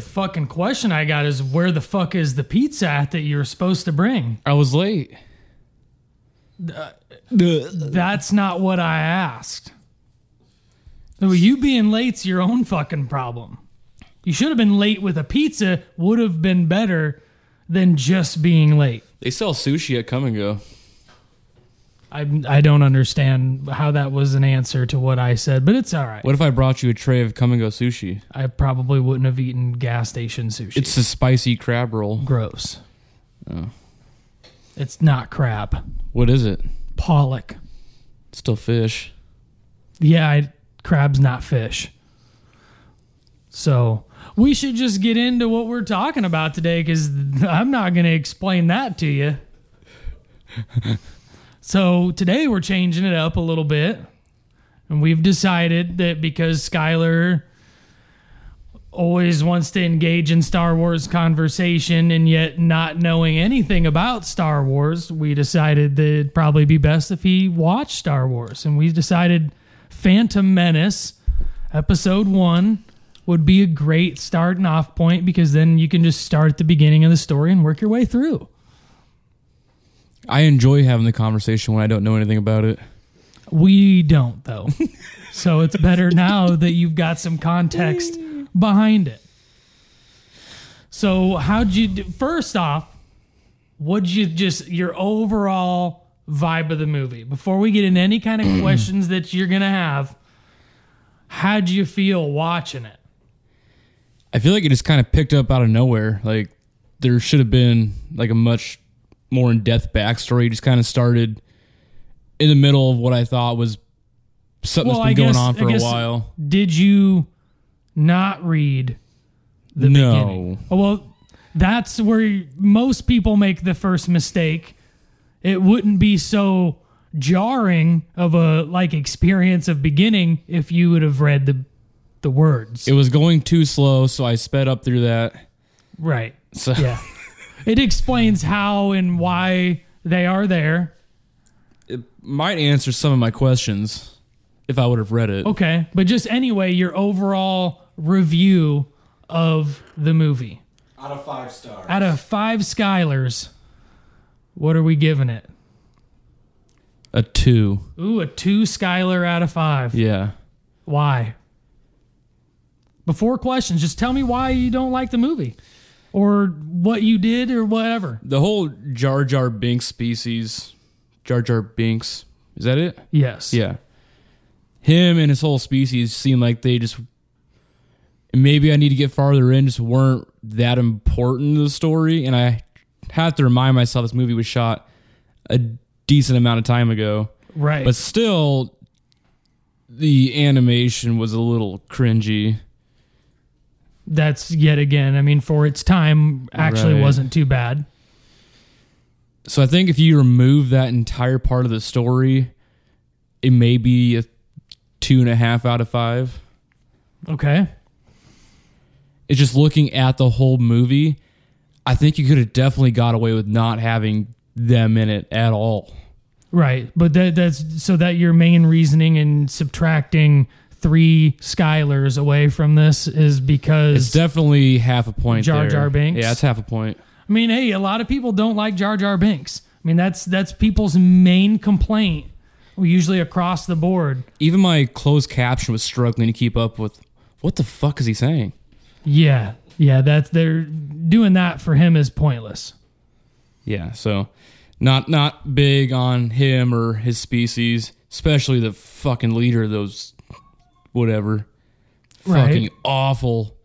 fucking question I got is where the fuck is the pizza at that you were supposed to bring? I was late. That's not what I asked. So you being late's your own fucking problem. You should have been late with a pizza. Would have been better than just being late. They sell sushi at Come and Go. I I don't understand how that was an answer to what I said, but it's all right. What if I brought you a tray of Come and Go sushi? I probably wouldn't have eaten gas station sushi. It's a spicy crab roll. gross. It's not crab. What is it? Pollock. It's still fish. Yeah, I, crab's not fish. So we should just get into what we're talking about today because I'm not going to explain that to you. so today we're changing it up a little bit. And we've decided that because Skylar always wants to engage in Star Wars conversation and yet not knowing anything about Star Wars, we decided that it'd probably be best if he watched Star Wars. And we decided Phantom Menace, episode one, would be a great starting off point because then you can just start at the beginning of the story and work your way through. I enjoy having the conversation when I don't know anything about it. We don't, though. so it's better now that you've got some context behind it. So, how'd you do? First off, what'd you just, your overall vibe of the movie? Before we get into any kind of questions that you're going to have, how'd you feel watching it? I feel like it just kind of picked up out of nowhere. Like there should have been like a much more in depth backstory. It just kind of started in the middle of what I thought was something Well, that's been I going guess- on I for a guess while. Did you not read the No. beginning? Oh, well, that's where most people make the first mistake. It wouldn't be so jarring of a like experience of beginning if you would have read the the words. It was going too slow, so I sped up through that. right. So Yeah. it explains how and why they are there. might answer some of my questions if I would have read it. Okay. But just anyway, your overall review of the movie. Out of five stars. out of five Skylers, what are we giving it? A two. Ooh, a two Skylar out of five. Yeah. Why? Before questions, just tell me why you don't like the movie or what you did or whatever. The whole Jar Jar Binks species. Jar Jar Binks. Is that it? Yes. Yeah. Him and his whole species seem like they just maybe I need to get farther in, just weren't that important to the story. And I have to remind myself this movie was shot a decent amount of time ago. Right. But still the animation was a little cringy. That's yet again, I mean, for its time, actually Right. wasn't too bad. So I think if you remove that entire part of the story, it may be a two and a half out of five. Okay. It's just looking at the whole movie. I think you could have definitely got away with not having them in it at all. Right. But that, that's so that your main reasoning in subtracting three Skylers away from this is because It's definitely half a point. Jar there. Jar Binks? Yeah, it's half a point. I mean, hey, a lot of people don't like Jar Jar Binks. I mean, that's that's people's main complaint, usually across the board. Even my closed caption was struggling to keep up with what the fuck is he saying? Yeah, yeah, that's they're doing that for him is pointless. Yeah, so not not big on him or his species, especially the fucking leader of those whatever. Right. Fucking awful.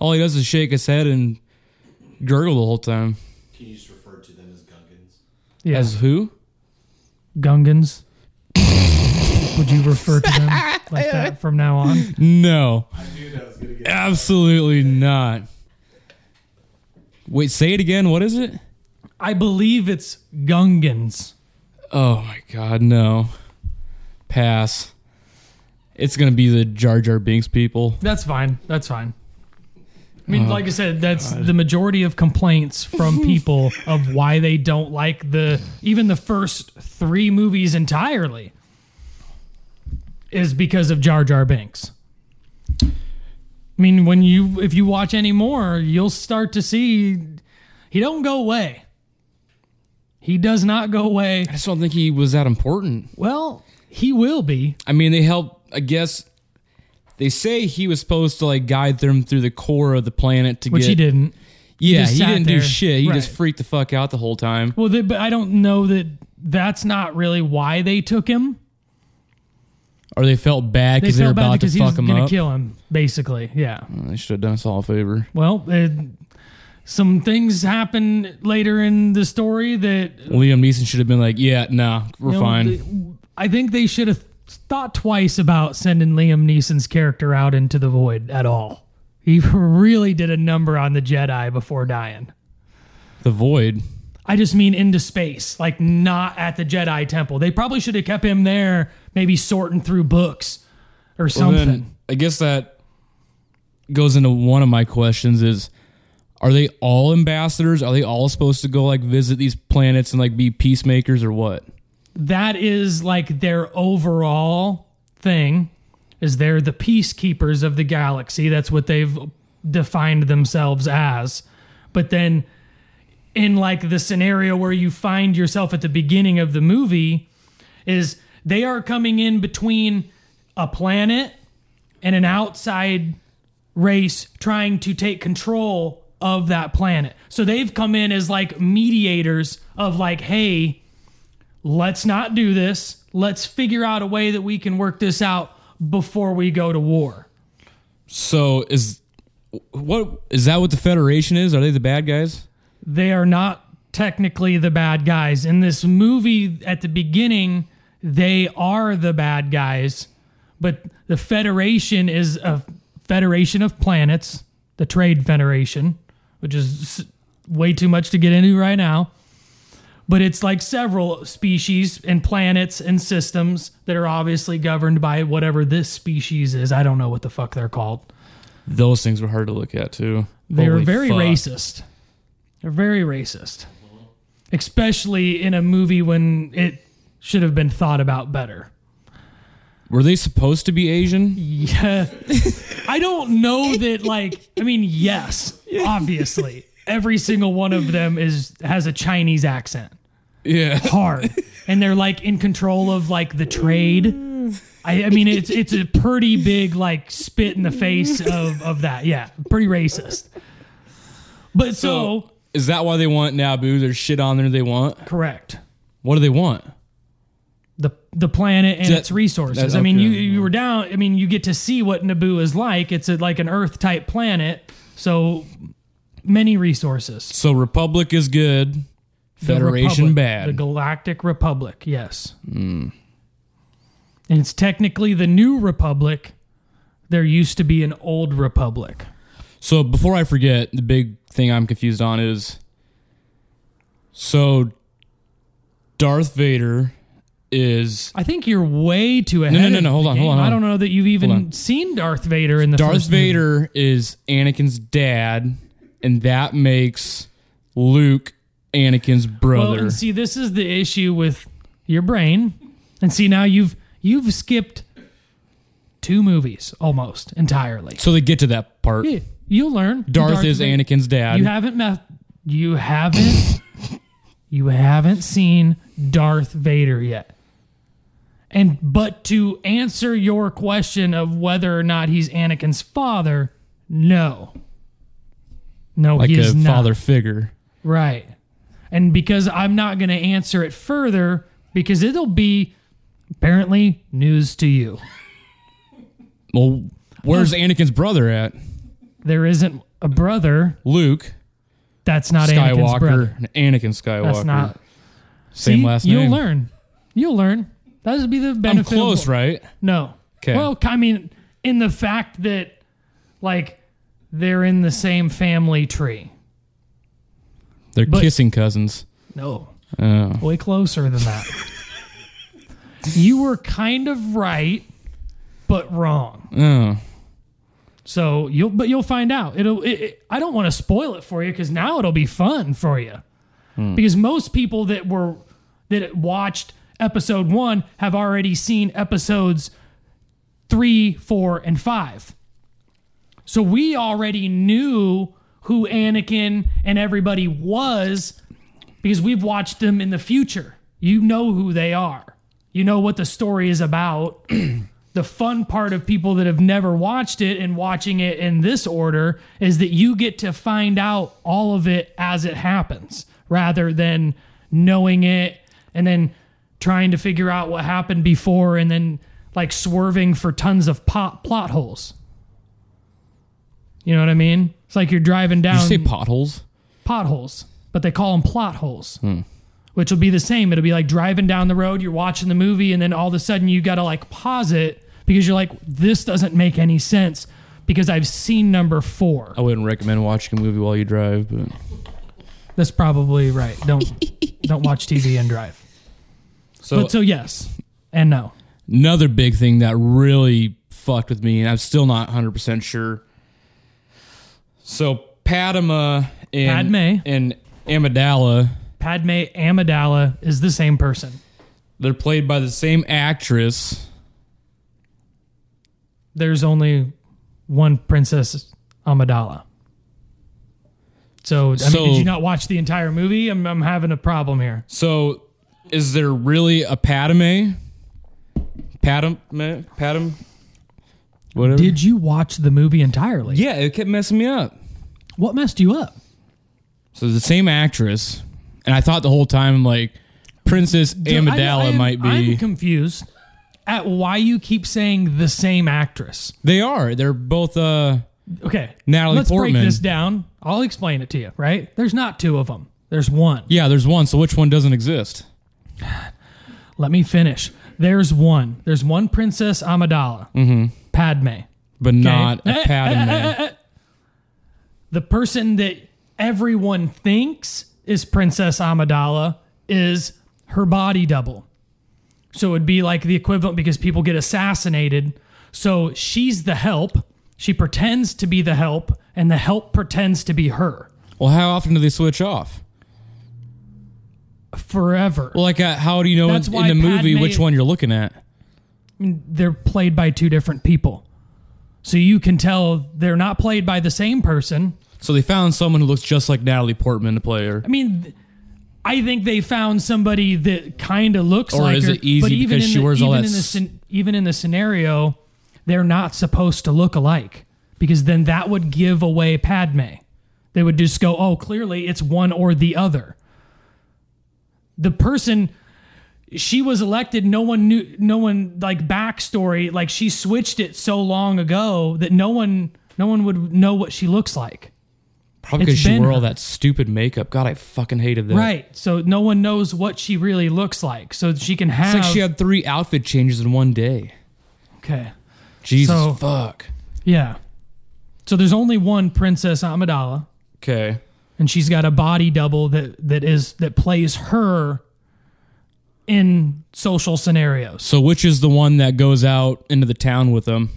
All he does is shake his head and gurgle the whole time. Can you just refer to them as Gungans? Yeah, As who? Gungans. Would you refer to them like that from now on? No, I knew that was gonna get. absolutely not. Wait, say it again. What is it? I believe it's Gungans. Oh my god, no. Pass. It's gonna be the Jar Jar Binks people. That's fine. That's fine. I mean, like I said, that's the majority of complaints from people of why they don't like the even the first three movies entirely is because of Jar Jar Binks. I mean, when you if you watch any more, you'll start to see he don't go away. He does not go away. I just don't think he was that important. Well, he will be. I mean, they help. I guess they say he was supposed to like guide them through the core of the planet to Which get. he didn't. Yeah, just he sat didn't there. do shit. He just Right. freaked the fuck out the whole time. Well, they, but I don't know that that's not really why they took him. Or they felt bad They because they were felt bad about to because he was fuck him going to up. kill him, basically. Yeah. They should have done us all a favor. Well, it, some things happen later in the story that Liam Neeson should have been like, "Yeah, nah, we're you know, fine." th- I think they should have thought twice about sending Liam Neeson's character out into the void at all. He really did a number on the Jedi before dying. the void. I just mean into space, like not at the Jedi temple. They probably should have kept him there, maybe sorting through books or Well, something. Then, I guess that goes into one of my questions: is Are they all ambassadors? Are they all supposed to go like visit these planets and like be peacemakers or what? that is like their overall thing is they're the peacekeepers of the galaxy that's what they've defined themselves as but then in like the scenario where you find yourself at the beginning of the movie is they are coming in between a planet and an outside race trying to take control of that planet so they've come in as like mediators of like hey let's not do this. Let's figure out a way that we can work this out before we go to war. So is what is that what the Federation is? Are they the bad guys? They are not technically the bad guys. In this movie at the beginning, they are the bad guys, but the Federation is a federation of planets, the Trade Federation, which is s- way too much to get into right now. But it's like several species and planets and systems that are obviously governed by whatever this species is. I don't know what the fuck they're called. Those things were hard to look at too. They were Holy very fuck. racist. They're very racist. Especially in a movie when it should have been thought about better. Were they supposed to be Asian? Yeah. I don't know that like I mean yes, obviously. Every single one of them is has a Chinese accent. Yeah. Hard. And they're like in control of like the trade. I, I mean it's it's a pretty big like spit in the face of of that. Yeah. Pretty racist. But so is that why they want Naboo? There's shit on there they want. correct. What do they want? the the planet and That- its resources. that- I mean, you okay. you were down. I mean, you get to see what Naboo is like. It's a, like an Earth type planet, so many resources. So Republic is good, The Federation Republic, bad. Hmm. the Galactic Republic. Yes, and it's technically the new Republic. There used to be an old Republic. So before I forget, the big thing I'm confused on is so Darth Vader is I think you're way too ahead. no, no, of no, hold the on, hold game. on, hold I on. don't know that you've on. even seen Darth Vader in the Darth first movie. Vader is Anakin's dad, and that makes Luke Anakin's brother. Well, and see, this is the issue with your brain. And see, now you've you've skipped two movies almost entirely. so they get to that part. Yeah, You'll learn. Darth, is Vader- Anakin's dad. You haven't met. You haven't. you haven't seen Darth Vader yet. And but to answer your question of whether or not he's Anakin's father, no. No, like he a is not. father figure. Right. And because I'm not going to answer it further, because it'll be apparently news to you. Well, where's Anakin's brother at? There isn't a brother. Luke That's not Anakin's brother. Skywalker, and Anakin Skywalker. That's not. same See, last you'll name. learn. You'll learn. That would be the I'm benefit. close, of, right? No. 'Kay. Well, I mean, in the fact that, like, they're in the same family tree. They're But- kissing cousins. No. Oh. Way closer than that. you were kind of right, but wrong. Oh. So you'll, but you'll find out. It'll. It, it, I don't want to spoil it for you because now it'll be fun for you. Hmm. Because most people that were that watched episode one have already seen episodes three, four, and five. So we already knew who Anakin and everybody was because we've watched them in the future. You know who they are. You know what the story is about. the fun part of people that have never watched it and watching it in this order is that you get to find out all of it as it happens rather than knowing it and then trying to figure out what happened before and then like swerving for tons of pot plot holes. You know what I mean? It's like you're driving down Did you say potholes? potholes, but they call them plot holes, which will be the same. It'll be like driving down the road, you're watching the movie, and then all of a sudden you got to like pause it because you're like, this doesn't make any sense because I've seen number four. I wouldn't recommend watching a movie while you drive, but That's probably right. Don't don't watch TV and drive. so, but so yes and no. another big thing that really fucked with me, and I'm still not 100 percent sure. So Padma and Padme. and Amidala, Padme Amidala is the same person. they're played by the same actress. There's only one Princess Amidala. So, I So- mean, did you not watch the entire movie? I'm, I'm having a problem here. So is there really a Padme? Padme? Padme? Whatever. Did you watch the movie entirely? yeah, it kept messing me up. What messed you up? So the same actress, and I thought the whole time like Princess Amidala I- I am- might be. I'm confused at why you keep saying the same actress. they are. They're both. uh Okay. Natalie Let's break Portman. this down. I'll explain it to you, right? There's not two of them. There's one. Yeah, there's one. So which one doesn't exist? Let me finish. There's one. There's one Princess Amidala. Mm-hmm. Padme. But not Eh, a eh, Padme. The person that everyone thinks is Princess Amidala is her body double. So it'd be like the equivalent because people get assassinated. So she's the help. She pretends to be the help, and the help pretends to be her well, how often do they switch off? forever. Well, like, uh, how do you know That's in, in why the movie Padme- which one you're looking at? they're played by two different people. So you can tell they're not played by the same person. So they found someone who looks just like Natalie Portman to play her. I mean, th- I think they found somebody that kind of looks Or like is her. it easy but even because in she the, wears all even that In the, s- scen- even in the scenario, they're not supposed to look alike because then that would give away Padme. They would just go, oh, clearly it's one or the other. The person she was elected no one knew no one like backstory like she switched it so long ago that no one no one would know what she looks like Probably it's because she been wore all her. that stupid makeup. God, I fucking hated that. Right. So no one knows what she really looks like. So she can have. It's like she had three outfit changes in one day. okay. Jesus So- fuck. Yeah. So there's only one Princess Amidala, Okay. and she's got a body double that that is that plays her in social scenarios. So which is the one that goes out into the town with them?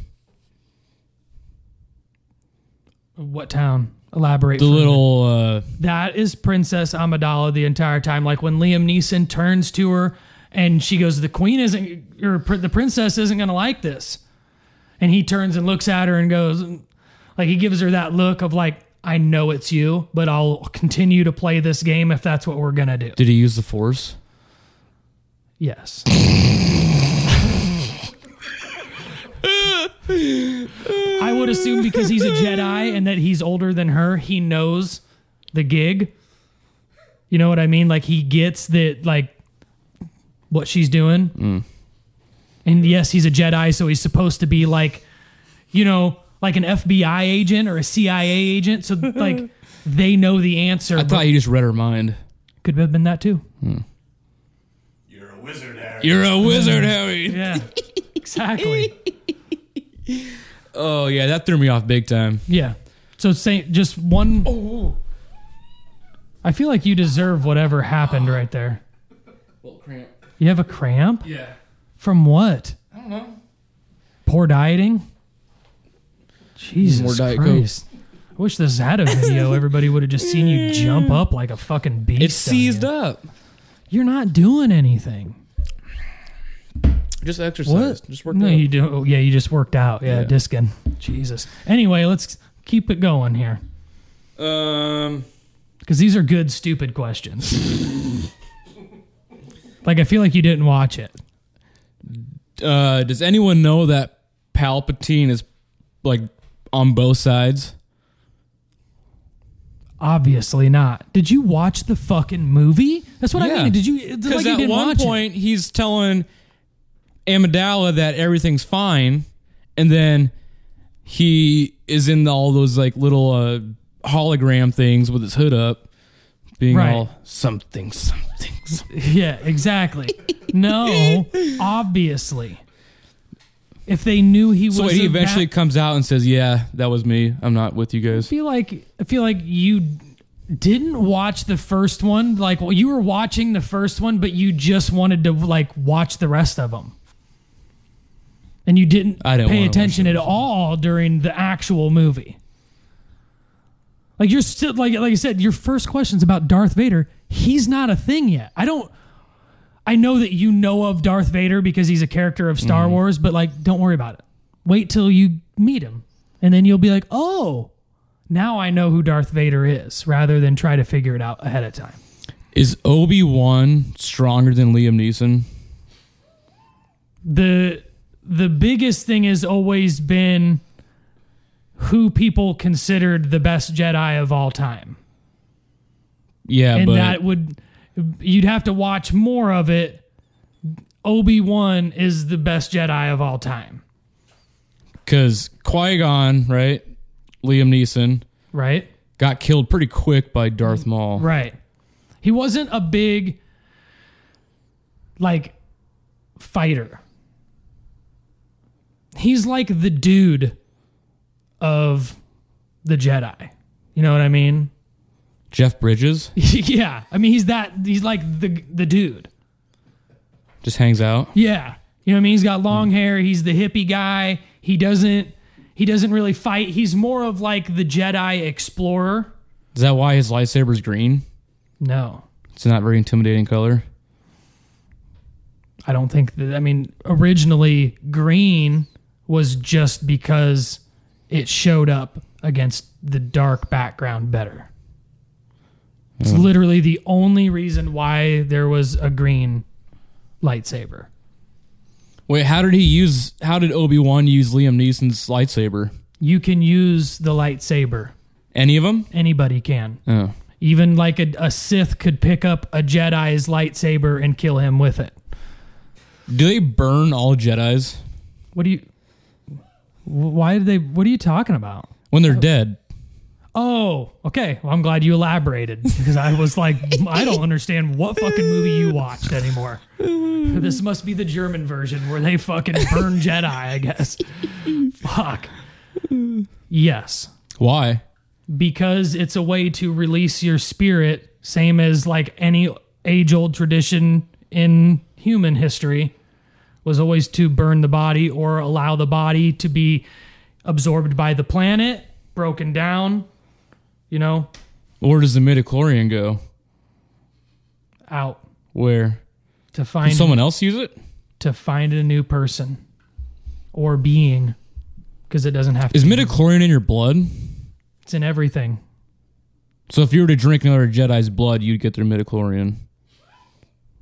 What town? Elaborate. The for me. little uh That is Princess Amidala the entire time. Like when Liam Neeson turns to her and she goes, "The queen isn't, or pr- the princess isn't going to like this," and he turns and looks at her and goes, like he gives her that look of like, "I know it's you, but I'll continue to play this game if that's what we're gonna do." did he use the force? Yes. I would assume because he's a Jedi and that he's older than her, he knows the gig. You know what I mean? Like he gets that like what she's doing. Mm. And yes, he's a Jedi, so he's supposed to be like, you know, like an FBI agent or a CIA agent. So like they know the answer. I but thought he just read her mind. could have been that too. You're a wizard, Harry. You're a wizard, Harry. Yeah. exactly. Oh yeah, that threw me off big time. Yeah. So say just one. I feel like you deserve whatever happened right there. You have a cramp Yeah. from what? I don't know. Poor dieting. Jesus More Diet Coke. Christ! I wish this had a video. Everybody would have just seen you jump up like a fucking beast. It seized up. You're not doing anything. Just exercise. Just work no, out. you do. oh, Yeah, you just worked out. Yeah, Yeah. discing. Jesus. Anyway, let's keep it going here Um, because these are good, stupid questions. like I feel like you didn't watch it. uh, does anyone know that Palpatine is like on both sides? Obviously not. Did you watch the fucking movie? That's what I Yeah. mean. Did you? It's Because like you at didn't one watch it. point he's telling Amidala that everything's fine, and then he is in all those like little uh, hologram things with his hood up, being Right. all something, something, something. Yeah, exactly. no, obviously. If they knew he was, So he a eventually bat- comes out and says, "Yeah, that was me. I'm not with you guys." feel like I feel like you didn't watch the first one. Like well, you were watching the first one, but you just wanted to like watch the rest of them, and you didn't I didn't pay wanna watch attention at all during the actual movie. Like you're still like like I said, your first question's about Darth Vader. He's not a thing yet. I don't. I know that you know of Darth Vader because he's a character of Mm-hmm. Star Wars, but like, don't worry about it. Wait till you meet him, and then you'll be like, oh, now I know who Darth Vader is, rather than try to figure it out ahead of time. Is Obi Wan stronger than Liam Neeson? the The biggest thing has always been who people considered the best Jedi of all time. Yeah, and but that would you'd have to watch more of it. Obi Wan is the best Jedi of all time, because Qui Gon, right? Liam Neeson right? got killed pretty quick by Darth Maul. Mm-hmm. Right. He wasn't a big like fighter. He's like the dude of the Jedi. You know what I mean? Jeff Bridges yeah. I mean he's that he's like the the dude. just hangs out. Yeah. You know what I mean? He's got long hair. He's the hippie guy. He doesn't he doesn't really fight. He's more of like the Jedi explorer. Is that why his lightsaber's green? No. It's not very intimidating color. I don't think that. I mean, originally green was just because it showed up against the dark background better. It's literally the only reason why there was a green lightsaber. Wait, how did he use? How did Obi Wan use Liam Neeson's lightsaber? You can use the lightsaber. Any of them? Anybody can. Oh, Even like a, a Sith could pick up a Jedi's lightsaber and kill him with it. do they burn all Jedi's What do you? wh- Why did they? What are you talking about? when they're dead? Oh, okay. Well, I'm glad you elaborated because I was like, I don't understand what fucking movie you watched anymore. This must be the German version where they fucking burn Jedi, I guess. Fuck. Yes, Why? because it's a way to release your spirit, same as like any age old tradition in human history was always to burn the body or allow the body to be absorbed by the planet, broken down, you know, Where does the midichlorian go? out Where? to find Someone else use it? to find a new person or being because it doesn't have to Is be- midichlorian in your blood? it's in everything So if you were to drink another Jedi's blood, you'd get their midichlorian.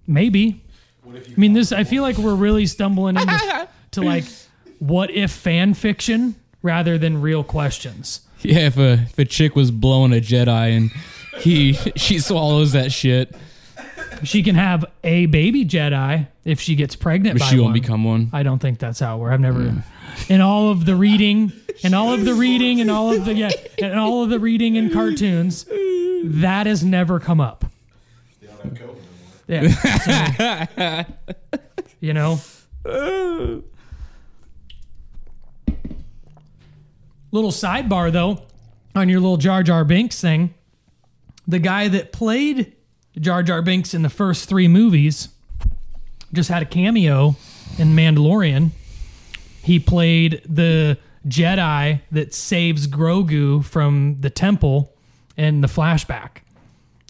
maybe i mean this i feel like we're really stumbling into to like what if fan fiction rather than real questions Yeah, if a if a chick was blowing a Jedi and he she swallows that shit, she can have a baby jedi if she gets pregnant but by she won't one. become one. I don't think that's how it works. I've never in all of the reading and all of the reading and all of the yeah and all of the reading in cartoons that has never come up. They don't have COVID no more. Yeah. so, you know. little sidebar though on your little Jar Jar Binks thing. The guy that played Jar Jar Binks in the first 3 movies just had a cameo in Mandalorian. He played the Jedi that saves Grogu from the temple in the flashback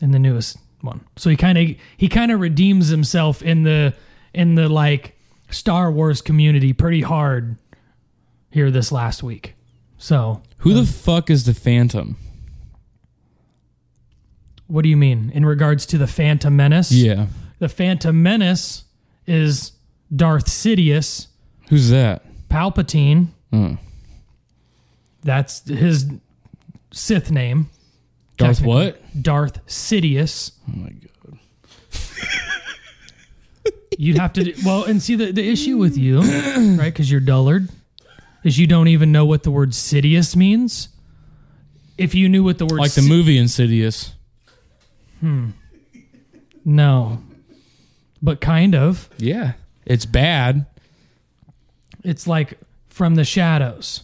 in the newest one. So he kind of he kind of redeems himself in the in the like Star Wars community pretty hard here this last week. So, Who the fuck is the Phantom? what do you mean in regards to the Phantom Menace? Yeah. The Phantom Menace is Darth Sidious, Who's that? Palpatine. That's his Sith name, Darth Technically. what? Darth Sidious. Oh my god. You'd have to do, well, and see the, the issue with you, right? Because you're dullard, is you don't even know what the word Sidious means. If you knew what the word Like the Si- movie Insidious. no, but kind of. Yeah. It's bad. It's like from the shadows,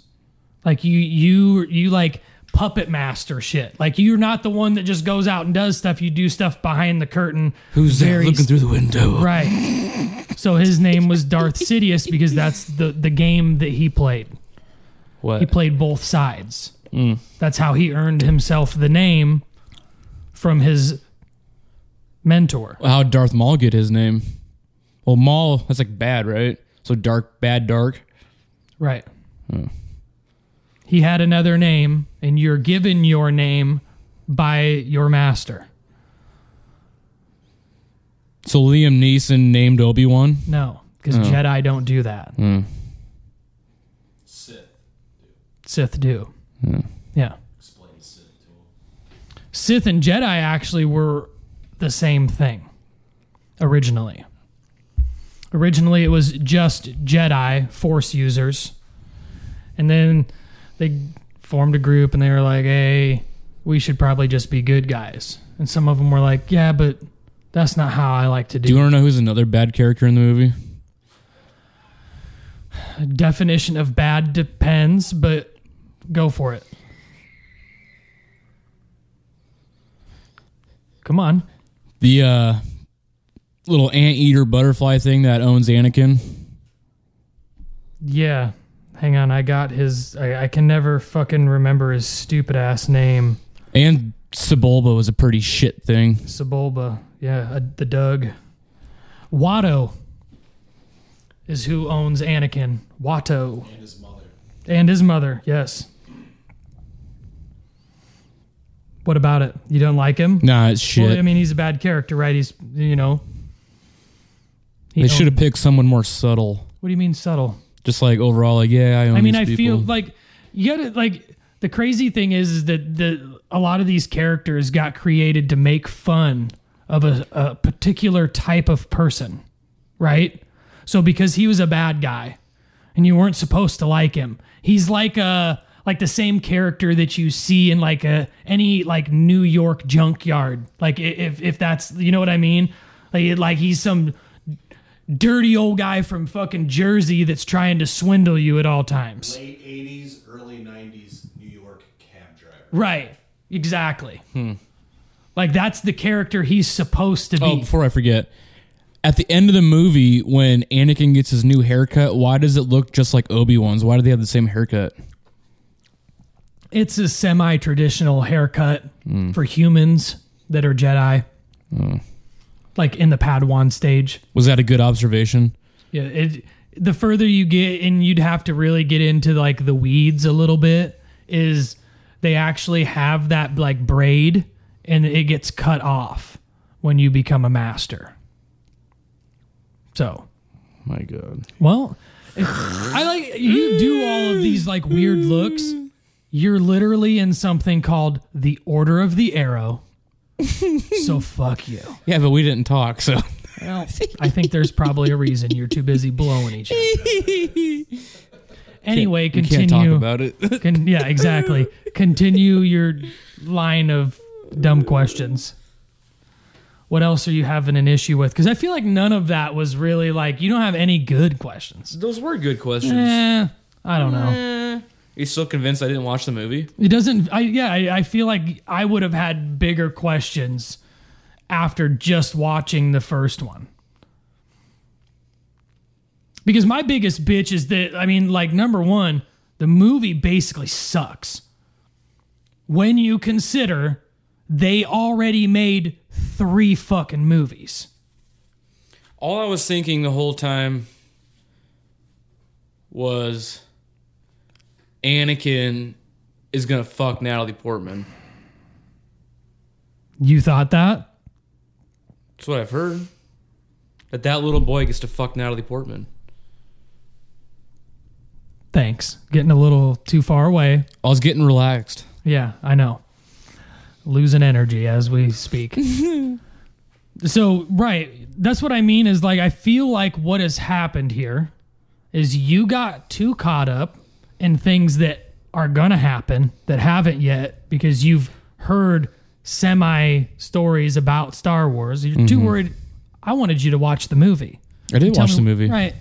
like you you you like puppet master shit. Like you're not the one that just goes out and does stuff. You do stuff behind the curtain. Who's Very there looking s- through the window? Right. So his name was Darth Sidious because that's the the game that he played. What? He played both sides. That's how he earned himself the name from his mentor. How would Darth Maul get his name? Well, Maul, that's like bad, right? So dark, bad, dark. Right. He had another name, and you're given your name by your master. So Liam Neeson named Obi Wan. No, because Jedi don't do that. Sith. Sith do. Yeah. Explain Sith to him. Sith and Jedi actually were the same thing originally. Originally, it was just Jedi Force users. And then they formed a group and they were like, hey, we should probably just be good guys. And some of them were like, yeah, but that's not how I like to Do you do it. want to know who's another bad character in the movie? Definition of bad depends, but go for it. Come on. The uh, little anteater butterfly thing that owns Anakin. Yeah. Hang on, I got his. I, I can never fucking remember his stupid ass name. And Sebulba was a pretty shit thing. Sebulba. Yeah, uh, the Doug. Watto is who owns Anakin. Watto. And his mother. And his mother, yes. What about it? You don't like him? Nah, it's Well, shit. I mean, he's a bad character, right? He's, you know. He they own- should have picked someone more subtle. What do you mean subtle? Just like overall, like yeah, I own. I mean, I these feel people. like you gotta like the crazy thing is, is that the a lot of these characters got created to make fun of a, a particular type of person, right? So because he was a bad guy and you weren't supposed to like him, he's like a like the same character that you see in like a any like New York junkyard. Like i- if if that's you know what I mean? Like it- like he's some dirty old guy from fucking Jersey that's trying to swindle you at all times. Late 80s, early 90s New York cab driver. Right. Exactly. Like that's the character he's supposed to be. Oh, before I forget, at the end of the movie, when Anakin gets his new haircut, why does it look just like Obi Wan's? Why do they have the same haircut? It's a semi-traditional haircut for humans that are Jedi. Like in the Padawan stage. Was that a good observation? Yeah, it the further you get and you'd have to really get into like the weeds a little bit is they actually have that like braid and it gets cut off when you become a master. So, My God, well, if- I like you do all of these like weird looks. You're literally in something called the Order of the Arrow. So fuck you. yeah, but we didn't talk, so I think there's probably a reason you're too busy blowing each other. Anyway, we continue. can't talk about it. Con- yeah, exactly. Continue your line of dumb questions. What else are you having an issue with? Because I feel like none of that was really like you don't have any good questions. Those were good questions. Eh, I don't know. You still convinced I didn't watch the movie? It doesn't. I yeah. I, I feel like I would have had bigger questions after just watching the first one. Because my biggest bitch is that I mean, like number one, the movie basically sucks. When you consider they already made three fucking movies. All I was thinking the whole time was Anakin is gonna fuck Natalie Portman. You thought that? That's what I've heard. That that little boy gets to fuck Natalie Portman. Thanks. Getting a little too far away. I was getting relaxed. Yeah, I know. Losing energy as we speak. so, right. That's what I mean is like, I feel like what has happened here is you got too caught up in things that are going to happen that haven't yet because you've heard semi stories about Star Wars. You're too worried. I wanted you to watch the movie. I did Tell me- Right.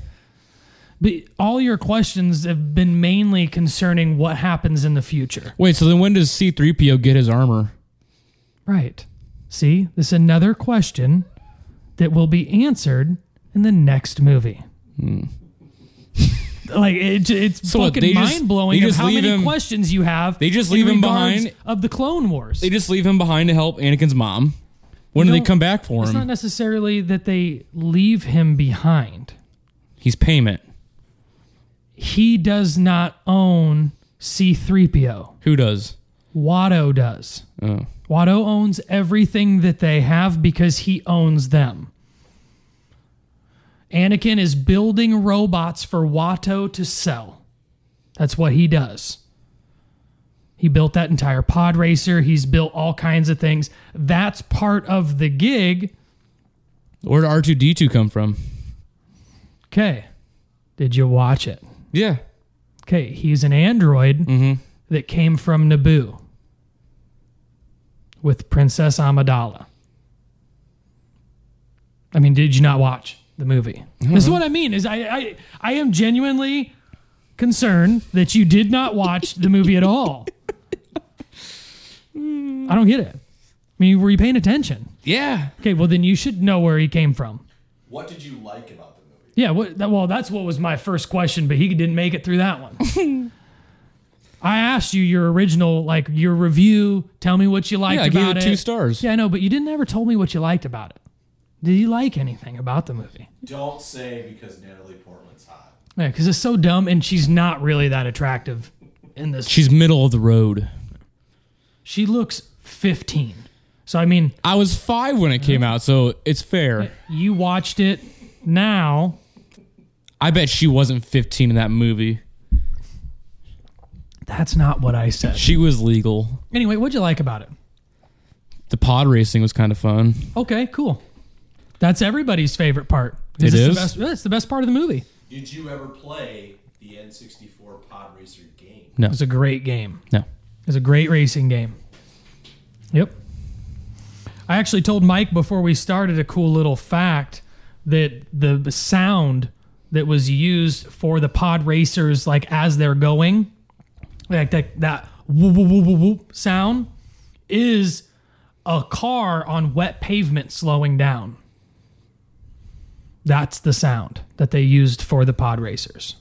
But all your questions have been mainly concerning what happens in the future. Wait, so then when does C3PO get his armor? Right. See, this is another question that will be answered in the next movie. like it, j- it's Hmm. So what, fucking they just- mind blowing they of just how leave many him- questions you have. They just in leave him regards behind? of the Clone Wars. They just leave him behind to help Anakin's mom. When do You they don't- come back for it's him? not necessarily that they leave him behind. He's payment. He does not own C3PO. Who does? Watto does. Oh. Watto owns everything that they have because he owns them. Anakin is building robots for Watto to sell. That's what he does. He built that entire pod racer. He's built all kinds of things. That's part of the gig. Where did R2D2 come from? Okay. Did you watch it? Yeah. Okay. He's an android that came from Naboo with Princess Amidala. I mean, did you not watch the movie? This is what I mean. Is I, I I am genuinely concerned that you did not watch the movie at all. I don't get it. I mean, were you paying attention? Yeah. Okay, well then you should know where he came from. What did you like about the movie? Yeah, what, that, well, that's what was my first question, but he didn't make it through that one. I asked you your original, like your review. Tell me what you liked Yeah, I about gave it it. two stars. Yeah, I know, but you didn't ever tell me what you liked about it. Did you like anything about the movie? Don't say because Natalie Portman's hot. Yeah, because it's so dumb, and she's not really that attractive in this. She's middle of the road. She looks fifteen. So I mean, I was five when it came out, so it's fair. you watched it now. I bet she wasn't 15 in that movie. That's not what I said. She was legal. Anyway, what'd you like about it? The pod racing was kind of fun. Okay, cool. That's everybody's favorite part. It it's is? The best, yeah, it's the best part of the movie. It Did you ever play the N64 Pod Racer game? was a great game. No. It was a great racing game. Yep. I actually told Mike before we started a cool little fact that the the sound that was used for the pod racers, like as they're going, like that that whoop, whoop, whoop, whoop, whoop sound, is a car on wet pavement slowing down. That's the sound that they used for the pod racers.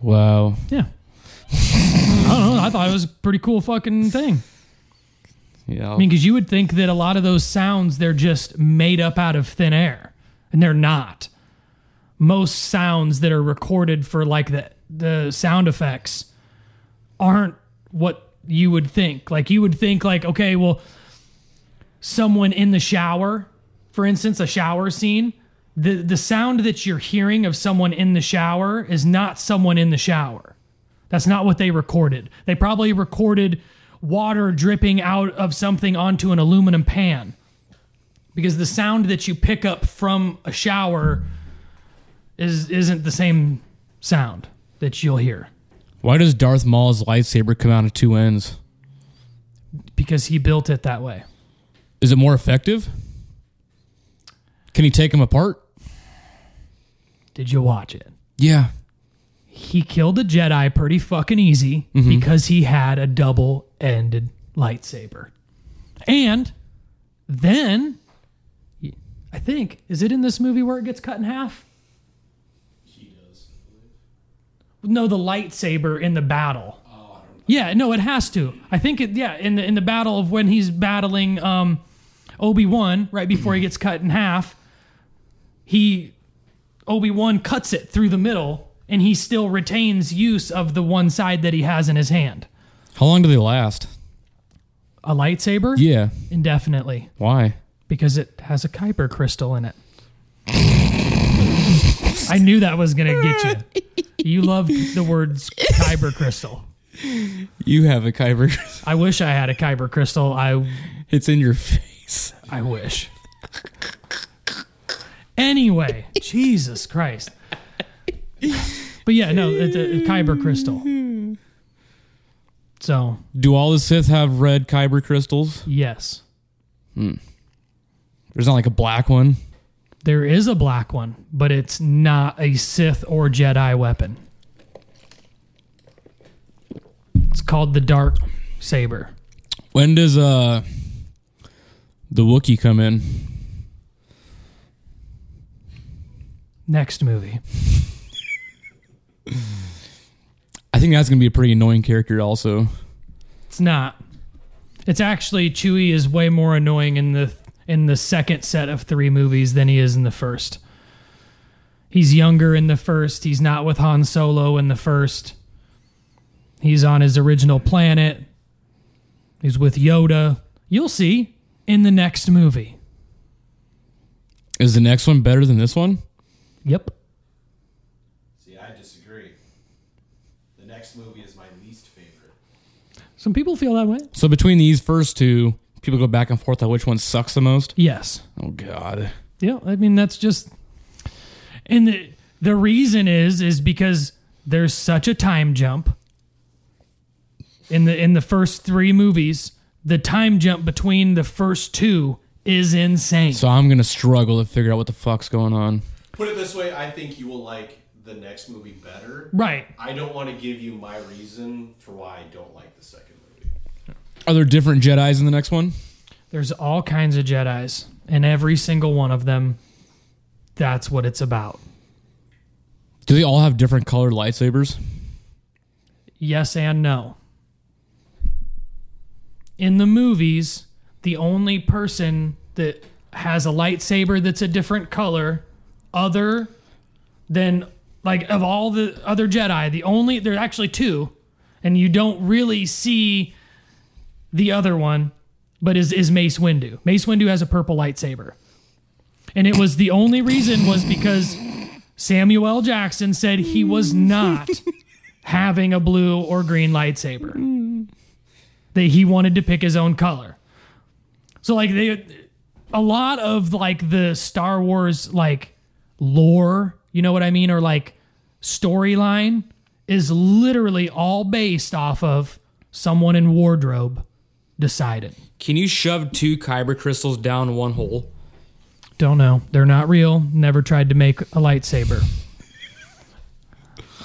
Wow. Yeah. I don't know. I thought it was a pretty cool fucking thing. Yeah. I mean, because you would think that a lot of those sounds, they're just made up out of thin air, and they're not. Most sounds that are recorded for like the, the sound effects aren't what you would think. Like, you would think, like, okay, well, someone in the shower, for instance, a shower scene, the, the sound that you're hearing of someone in the shower is not someone in the shower. That's not what they recorded. They probably recorded water dripping out of something onto an aluminum pan because the sound that you pick up from a shower is isn't the same sound that you'll hear Why does Darth Maul's lightsaber come out of two ends? because he built it that way. Is it more effective? Can he take him apart? Did you watch it? Yeah. He killed a Jedi pretty fucking easy because he had a double-ended lightsaber. And then I think is it in this movie where it gets cut in half? He does. no the lightsaber in the battle. Yeah, no, it has to. I think it. Yeah, in the in the battle of when he's battling um, Obi Wan right before he gets cut in half, he Obi Wan cuts it through the middle and he still retains use of the one side that he has in his hand. How long do they last? A lightsaber? Yeah. Indefinitely, Why? because it has a Kuiper crystal in it. I knew that was going to get you. You loved the words Kuiper crystal. You have a kyber. I wish I had a Kuiper crystal. I it's in your face. I wish. Anyway, Jesus Christ. But yeah, no, it's a kyber crystal. So, Do all the Sith have red kyber crystals? yes. There's not like a black one. There is a black one, but it's not a Sith or Jedi weapon. It's called the dark saber. When does uh the Wookiee come in? Next movie. I think that's gonna be a pretty annoying character. Also, It's not. It's actually Chewie is way more annoying in the in the second set of three movies than he is in the first. He's younger in the first. He's not with Han Solo in the first. He's on his original planet. He's with Yoda. You'll see in the next movie. is the next one better than this one? Yep. See, I disagree. The next movie is my least favorite. Some people feel that way. So between these first two, people go back and forth on which one sucks the most. Yes. Oh God. Yeah, I mean that's just and the the reason is is because there's such a time jump in the in the first 3 movies, the time jump between the first two is insane. So I'm gonna struggle to figure out what the fuck's going on. Put it this way, I think you will like the next movie better. right. I don't want to give you my reason for why I don't like the second movie. Are there different Jedi's in the next one? There's all kinds of Jedi's and every single one of them that's what it's about. Do they all have different colored lightsabers? Yes and no. In the movies, the only person that has a lightsaber that's a different color, other than like of all the other Jedi, the only there's actually two, and you don't really see the other one, but is is Mace Windu. Mace Windu has a purple lightsaber. And it was the only reason was because Samuel L. Jackson said he was not having a blue or green lightsaber. That he wanted to pick his own color. So like they a lot of like the Star Wars like lore, you know what I mean, or like storyline is literally all based off of someone in wardrobe decided. Can you shove two kyber crystals down one hole? Don't know. They're not real. Never tried to make a lightsaber.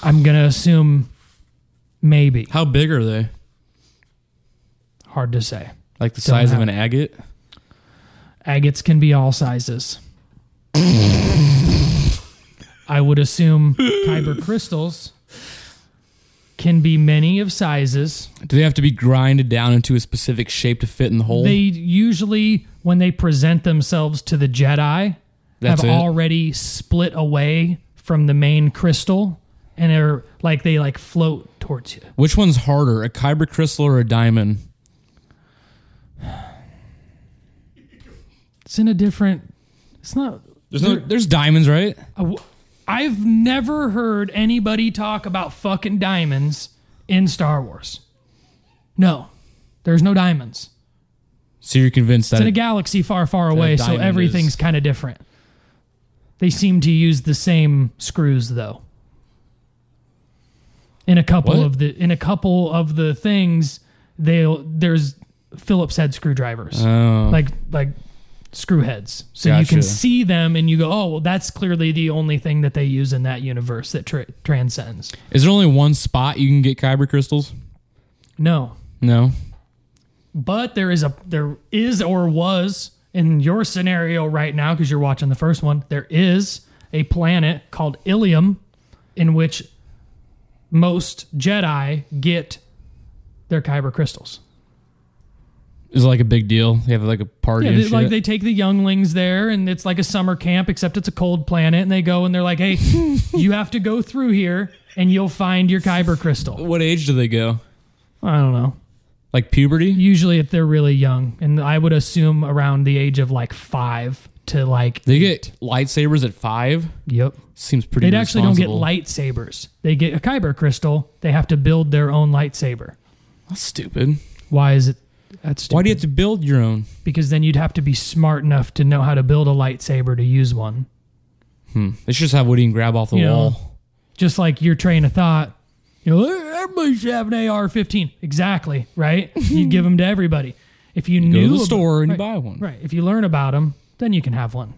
I'm going to assume maybe. How big are they? Hard to say. Like the size have- of an agate? Agates can be all sizes. I would assume kyber crystals can be many of sizes. Do they have to be grinded down into a specific shape to fit in the hole? They usually, when they present themselves to the Jedi, That's have it? already split away from the main crystal and are like they like float towards you. Which one's harder, a kyber crystal or a diamond? It's in a different. It's not. There's no, there's diamonds, right? I've never heard anybody talk about fucking diamonds in Star Wars. No, there's no diamonds. So you're convinced that It's in a galaxy far, far away, so diamond everything's is- kind of different. They seem to use the same screws though. In a couple What? of the in a couple of the things, they will there's Phillips head Oh. screwdrivers, like like screw heads, so you can Gotcha. see them and you go, oh well, that's clearly the only thing that they use in that universe that tra- transcends. is there only one spot you can get kyber crystals? No, No. but there is a there is or was in your scenario right now because you're watching the first one there is a planet called ilium in which most jedi get their kyber crystals is like a big deal. They have like a party Yeah, and they, shit. like they take the younglings there, and it's like a summer camp, except it's a cold planet. And they go and they're like, "Hey, you have to go through here, and you'll find your kyber crystal." what age do they go? I don't know. Like puberty? Usually, if they're really young, and I would assume around the age of like five to like, They get lightsabers at five. yep. Seems pretty. They actually don't get irresponsible. lightsabers. They get a kyber crystal. They have to build their own lightsaber. That's stupid. Why is it? That's stupid. Why do you have to build your own? because then you'd have to be smart enough to know how to build a lightsaber to use one. They should just have Woody and grab off the You know, wall. just like your train of thought. You know, everybody should have an AR-15. Exactly, right? you give them to everybody. If you, Go knew to the ab- store and you right, buy one. right? If you learn about them, then you can have one.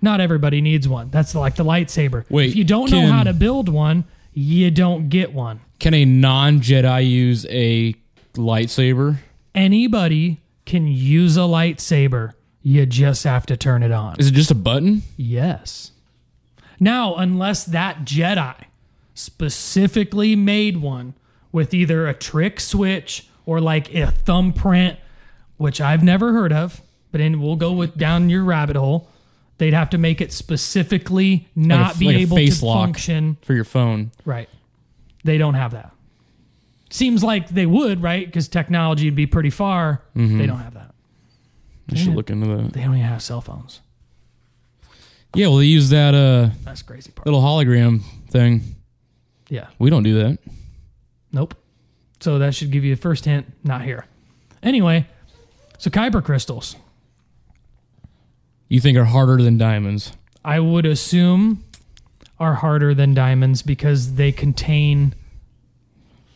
Not everybody needs one. That's like the lightsaber. Wait, if you don't can- know how to build one, you don't get one. Can a non Jedi use a lightsaber? Anybody can use a lightsaber. You just have to turn it on. Is it just a button? Yes. Now, unless that Jedi specifically made one with either a trick switch or like a thumbprint, which I've never heard of, but then we'll go with down your rabbit hole. They'd have to make it specifically not be like a able face to lock. function. for your phone. Right. They don't have that. Seems like they would, right? Because technology would be pretty far. Mm-hmm. They don't have that. I should look into that. They don't even have cell phones. Yeah, well, they use that uh, That's the crazy part. little hologram thing. Yeah. We don't do that. Nope. So that should give you a first hint. Not here. Anyway, so Kyber crystals. You think are harder than diamonds. I would assume are harder than diamonds because they contain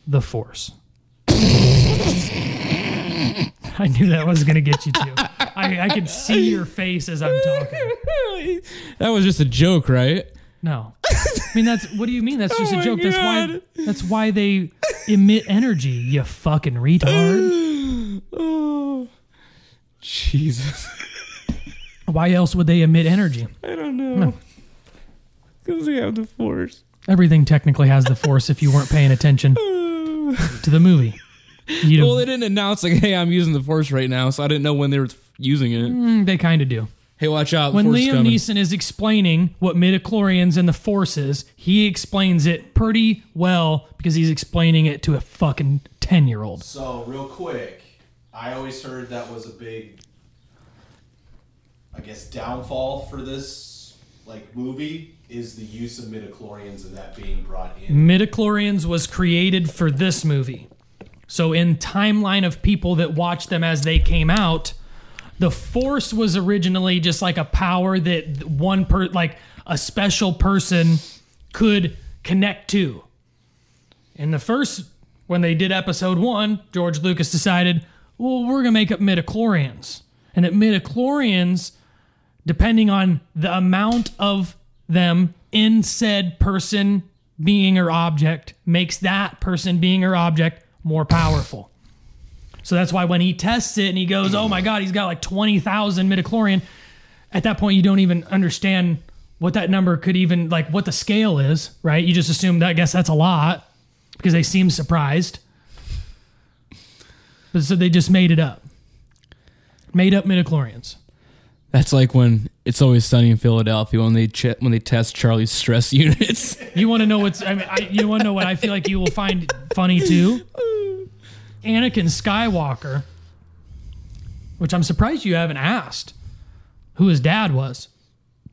the force. I knew that was going to get you too. I, I could see your face as I'm talking. That was just a joke, right? No, I mean that's what do you mean? That's just Oh a my joke. That's why. God. That's why they emit energy. You fucking retard. Oh, Jesus. Why else would they emit energy? I don't know. Because they have the force. Everything technically has the force if you weren't paying attention to the movie. You Well, they didn't announce, like, hey, I'm using the force right now, so I didn't know when they were using it. mm, they kind of do. Hey, watch out. When force Liam coming. Neeson is explaining what midichlorians and the force is, he explains it pretty well because he's explaining it to a fucking 10-year-old. So real quick, I always heard that was a big, I guess, downfall for this like movie is the use of midichlorians and that being brought in. Midichlorians was created for this movie. So in timeline of people that watched them as they came out, the force was originally just like a power that one per like a special person could connect to. In the first when they did episode 1, George Lucas decided, "Well, we're going to make up midichlorians." And that midichlorians depending on the amount of them in said person being or object makes that person being or object more powerful. So that's why when he tests it and he goes, "Oh my god, he's got like 20,000 midichlorian." At that point you don't even understand what that number could even like what the scale is, right? You just assume that I guess that's a lot because they seem surprised. But so they just made it up. Made up midichlorians. That's like when it's always sunny in Philadelphia when they che- when they test Charlie's stress units. You want to know what's? I mean, I, you want to know what I feel like you will find funny too. Anakin Skywalker, which I'm surprised you haven't asked, who his dad was.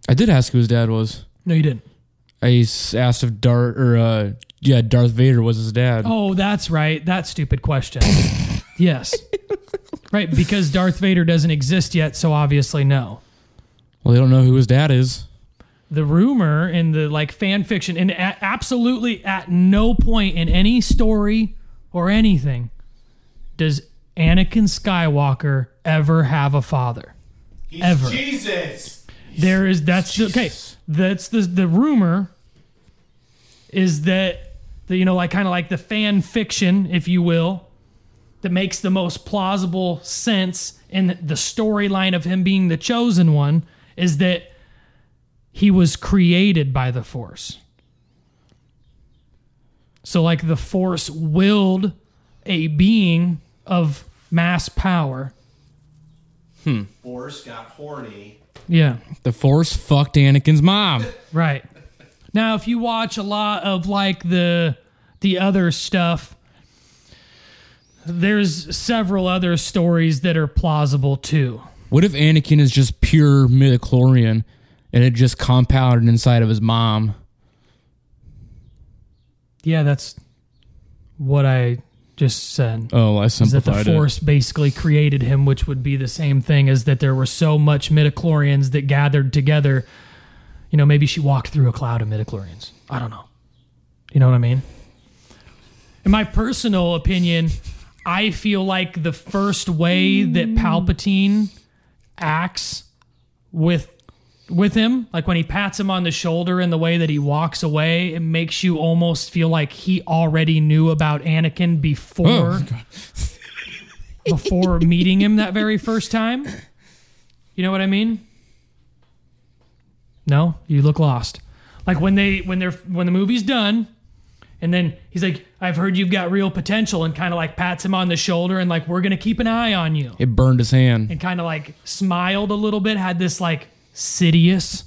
I did ask who his dad was. No, you didn't. I s- asked if Darth or uh, yeah, Darth Vader was his dad. Oh, that's right. That stupid question. yes. Right, because Darth Vader doesn't exist yet, so obviously no. Well, they don't know who his dad is. the rumor in the like fan fiction and a- absolutely at no point in any story or anything does Anakin Skywalker ever have a father. He's Ever. Jesus. There is that's the, okay. That's the the rumor is that the, you know like kind of like the fan fiction, if you will, that makes the most plausible sense in the storyline of him being the chosen one is that he was created by the Force. So like the Force willed a being of mass power. Boris got horny. Yeah. The Force fucked Anakin's mom. Right. Now, if you watch a lot of like the the other stuff, there's several other stories that are plausible too. What if Anakin is just pure midichlorian and it just compounded inside of his mom? Yeah, that's what I just said. Oh, I Is that simplified the force basically created him, which would be the same thing as that there were so much midichlorians that gathered together. You know, maybe she walked through a cloud of midichlorians. I don't know. You know what I mean? In my personal opinion, I feel like the first way that Palpatine acts with with him, like when he pats him on the shoulder and the way that he walks away, it makes you almost feel like he already knew about Anakin before Oh, God. before meeting him that very first time. You know what I mean? No, you look lost. Like when they when they're when the movie's done, and then he's like, "I've heard you've got real potential," and kind of like pats him on the shoulder and like, "We're gonna keep an eye on you," It burned his hand. and kind of like smiled a little bit, had this like sidious,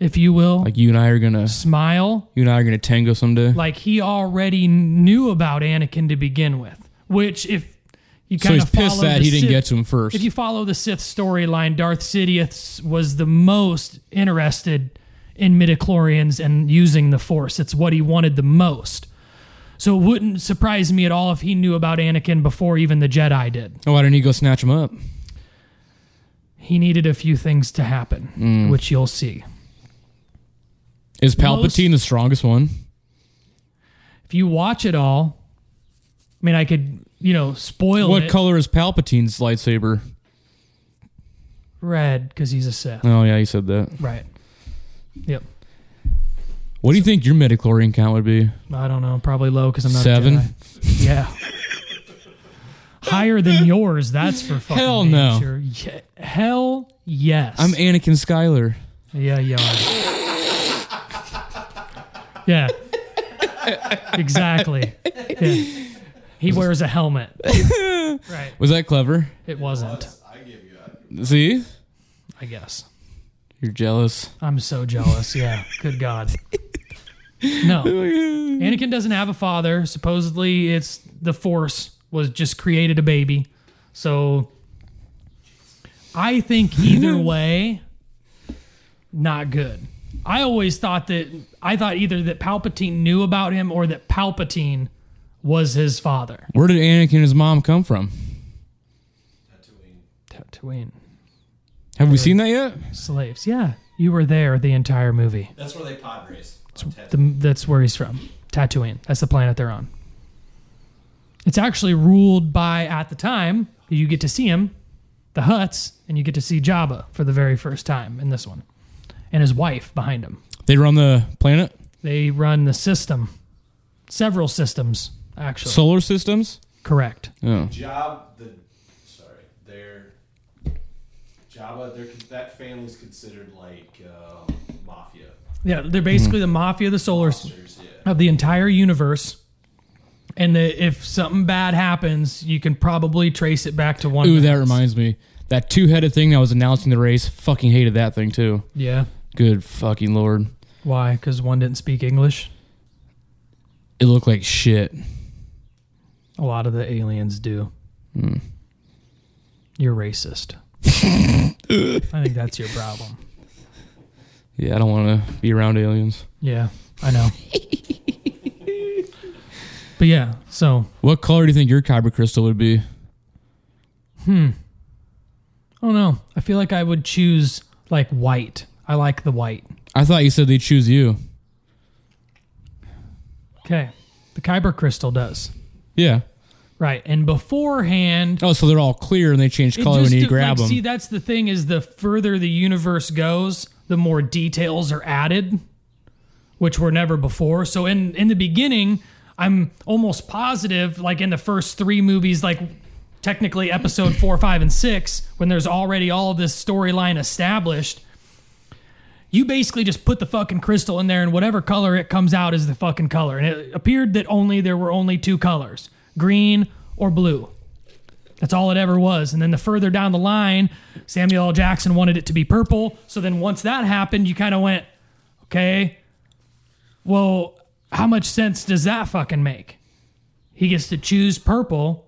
if you will, Like you and I are gonna smile. you and I are gonna tango someday. Like he already knew about Anakin to begin with, which if you so kind he's of pissed that he didn't get to him first. if you follow the Sith storyline, Darth Sidious was the most interested in midichlorians and using the Force. It's what he wanted the most. So it wouldn't surprise me at all if he knew about Anakin before even the Jedi did. oh, why didn't he go snatch him up? He needed a few things to happen, Mm. which you'll see. Is Palpatine the strongest one? If you watch it all, I mean, I could, you know, spoil What it. color is Palpatine's lightsaber? Red, because he's a Sith. Oh yeah, you said that. Right. Yep. What do you think your midichlorian count would be? I don't know. Probably low because I'm not Seven? A Jedi. Yeah. Higher than yours. That's for fucking Hell damn no. Sure. Ye- hell yes. I'm Anakin Skyler. yeah, you are. yeah. Exactly. Yeah. He wears a helmet. right. Was that clever? It wasn't. I give you that. See, I guess. you're jealous. I'm so jealous. Yeah. Good God. No. Anakin doesn't have a father. Supposedly, it's the Force was just created a baby. So I think either way, not good. I always thought that I thought either that Palpatine knew about him or that Palpatine was his father. Where did Anakin and his mom come from? Tatooine. Tatooine Have Uh, we seen that yet? slaves. Yeah, you were there the entire movie. That's where they pod race. on Tatooine. The, that's where he's from. Tatooine. That's the planet they're on. It's actually ruled by, at the time, you get to see him, the Huts, and you get to see Jabba for the very first time in this one, and his wife behind him. They run the planet, They run the system, several systems, actually. solar systems. Correct. Oh, Job the sorry, they're Jabba. They're that family's considered like uh, mafia Yeah, they're basically the mafia of the solar system. monsters. Yeah, of the entire universe. And that if something bad happens, you can probably trace it back to one. Oh. ooh, of that us. reminds me. That two-headed thing that was announcing the race. Fucking hated that thing too. Yeah. Good fucking lord. Why? Because one didn't speak English. It looked like shit. A lot of the aliens do. You're racist. I think that's your problem. Yeah, I don't want to be around aliens. Yeah, I know. but yeah, so What color do you think your kyber crystal would be? I don't know. I feel like I would choose like white. I like the white. I thought you said they choose you. Okay. The Kyber crystal does. Yeah. Right. And beforehand, Oh, so they're all clear and they change It color when just- you like, grab them. See, that's the thing is the further the universe goes, the more details are added, which were never before. So in in the beginning, I'm almost positive, like in the first three movies, like technically episode four, five, and six, when there's already all of this storyline established. You basically just put the fucking crystal in there, and whatever color it comes out is the fucking color. And it appeared that only there were only two colors green or blue. That's all it ever was. And then the further down the line, Samuel L. Jackson wanted it to be purple. So then once that happened, you kind of went, okay, well, how much sense does that fucking make? He gets to choose purple.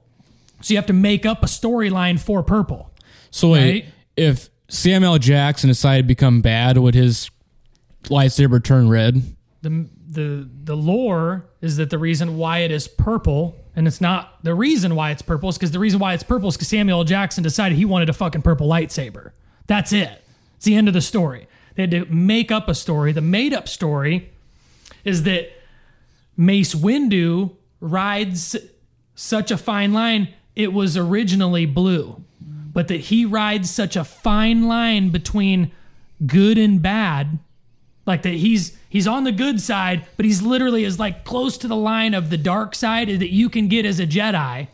So you have to make up a storyline for purple. So Right. wait, if Samuel L. Jackson decided to become bad, would his lightsaber turn red? the the the lore is that the reason why it is purple and it's not the reason why it's purple is because the reason why it's purple is because Samuel L. Jackson decided he wanted a fucking purple lightsaber. That's it. It's the end of the story. They had to make up a story. The made up story is that Mace Windu rides such a fine line. It was originally blue, but that he rides such a fine line between good and bad like that he's he's on the good side but he's literally as like close to the line of the dark side that you can get as a jedi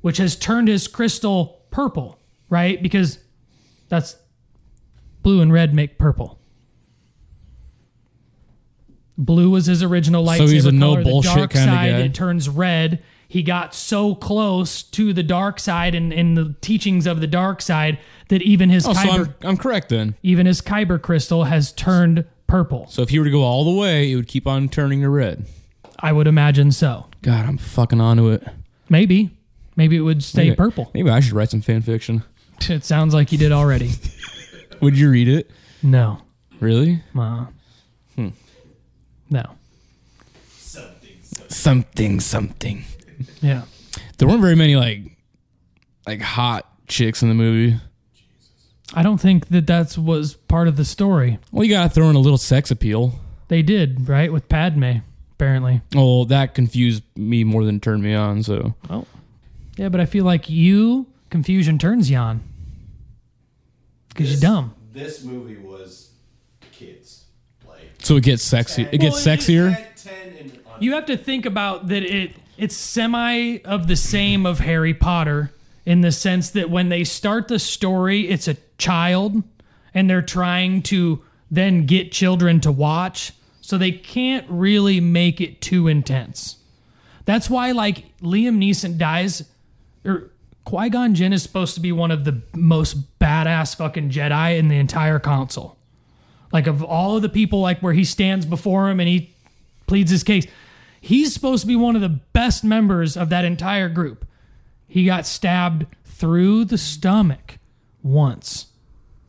which has turned his crystal purple right because that's blue and red make purple blue was his original lightsaber So he's a no color. bullshit the dark kinda side guy. it turns red he got so close to the dark side and in the teachings of the dark side that even his Oh, so kyber I'm, I'm correct then. even his kyber crystal has turned purple. So if he were to go all the way, it would keep on turning to red. I would imagine so. God, I'm fucking onto it. Maybe. Maybe it would stay Maybe- purple. Maybe I should write some fan fiction. It sounds like you did already. Would you read it? No. Really? Uh, Hmm. No. Something. Something, something. Yeah. There weren't very many like, like hot chicks in the movie. I don't think that that's was part of the story. Well, you gotta throw in a little sex appeal. They did, right? With Padme, apparently. Oh, that confused me more than turned me on. So Oh. Yeah, but I feel like you confusion turns you on. Cuz you're dumb. This movie was kids. Like So it gets sexy. It gets Well, it sexier. 10, 10 and under. You have to think about that it it's semi of the same of Harry Potter in the sense that when they start the story, it's a child and they're trying to then get children to watch, so they can't really make it too intense. That's why like Liam Neeson dies or Qui-Gon Jinn is supposed to be one of the most badass fucking Jedi in the entire council. Like of all of the people like where he stands before him and he pleads his case. He's supposed to be one of the best members of that entire group. He got stabbed through the stomach once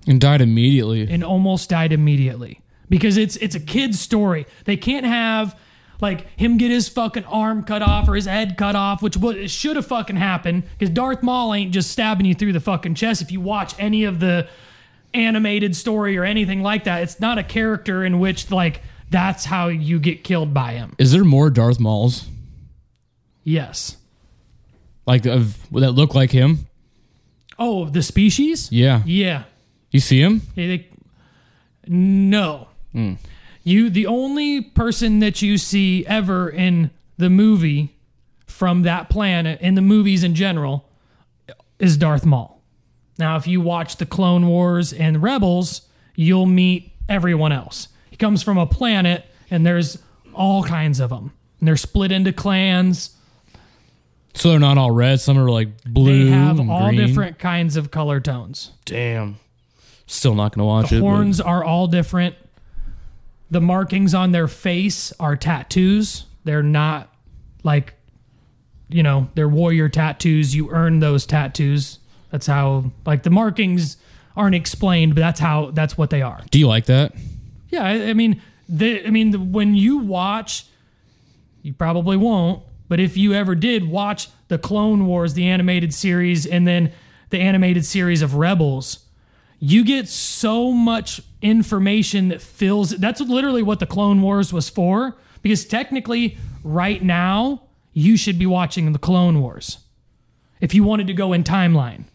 and died immediately. and almost died immediately because it's it's a kid's story. They can't have like him get his fucking arm cut off or his head cut off, which what it should have fucking happened because Darth Maul ain't just stabbing you through the fucking chest. If you watch any of the animated story or anything like that, it's not a character in which like that's how you get killed by him. Is there more Darth Mauls Yes. like of that look like him? Oh, the species? Yeah. Yeah. You see him? They- they- no. You the only person that you see ever in the movie from that planet in the movies in general is Darth Maul. Now, if you watch the Clone Wars and Rebels, you'll meet everyone else. He comes from a planet, and there's all kinds of them. And they're split into clans. So they're not all red. Some are like blue. They have and all green. different kinds of color tones. Damn. Still not gonna watch it. but- horns are all different. The markings on their face are tattoos. They're not like, you know, they're warrior tattoos. You earn those tattoos. That's how, like, the markings aren't explained, but that's how, that's what they are. Do you like that? Yeah, I, I mean, the, I mean, the, when you watch, you probably won't, but if you ever did watch the Clone Wars, the animated series, and then the animated series of Rebels, you get so much information that fills. That's literally what the Clone Wars was for, because technically, right now, you should be watching the Clone Wars if you wanted to go in timeline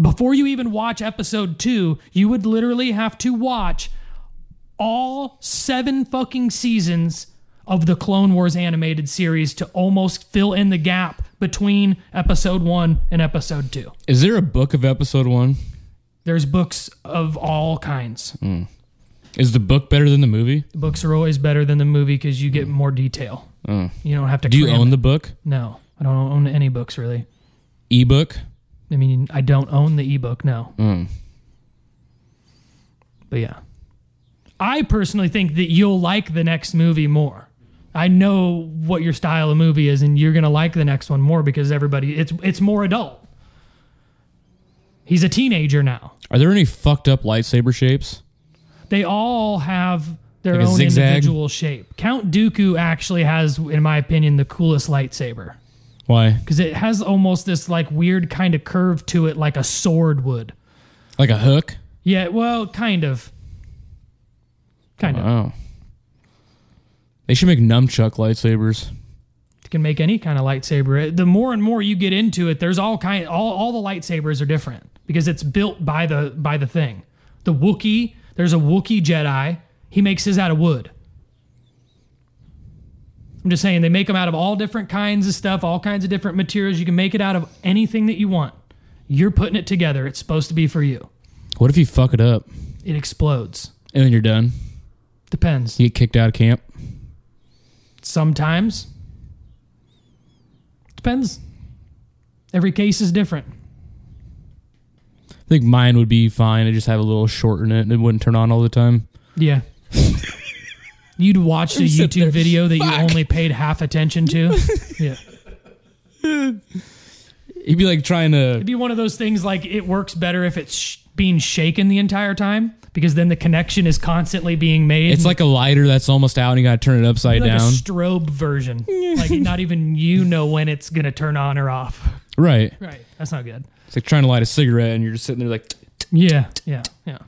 before you even watch episode two, you would literally have to watch all seven fucking seasons of the Clone Wars animated series to almost fill in the gap between episode one and episode two. Is there a book of episode one? There's books of all kinds. Mm. Is the book better than the movie? The books are always better than the movie because you get more detail. You don't have to. Mm. Do you cram own it. the book? No, I don't own any books really. ebook? I mean, I don't own the ebook, no. Mm. But yeah. I personally think that you'll like the next movie more. I know what your style of movie is and you're going to like the next one more because everybody it's it's more adult. He's a teenager now. Are there any fucked up lightsaber shapes? They all have their Like a own zigzag? individual shape. Count Dooku actually has in my opinion the coolest lightsaber. Why? because it has almost this like weird kind of curve to it, like a sword would. Like a hook? Yeah, well, kind of, kind of. Oh. They should make nunchuck lightsabers. It can make any kind of lightsaber. Uh, The more and more you get into it, there's all kind, all all the lightsabers are different because it's built by the by the thing. The Wookiee, there's a Wookiee Jedi. He makes his out of wood. I'm just saying they make them out of all different kinds of stuff, all kinds of different materials. You can make it out of anything that you want. You're putting it together. It's supposed to be for you. What if you fuck it up it explodes. and then you're done? Depends. You get kicked out of camp. Sometimes. Depends. Every case is different. I think mine would be fine. I just have a little short in it and it wouldn't turn on all the time. Yeah. You'd watched a sitting YouTube there, video that you "Fuck." only paid half attention to. yeah. He'd be like trying to. It'd be one of those things like it works better if it's sh- being shaken the entire time because then the connection is constantly being made. It's like a lighter that's almost out and you gotta turn it upside like a down. strobe version. like not even you know when it's going to turn on or off. right. Right. That's not good. It's like trying to light a cigarette and you're just sitting there like. Yeah. Yeah. Yeah.